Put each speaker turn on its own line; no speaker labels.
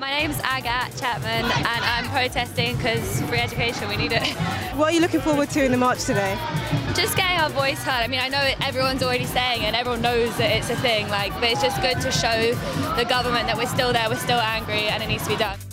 name's Agat Chapman, and I'm protesting because free education, we need it.
What are you looking forward to in the march today?
Just getting our voice heard. I mean, I know it- everyone's already saying it, and everyone knows that it's a thing, like, but it's just good to show the government that we're still there, we're still angry, and it needs to be done.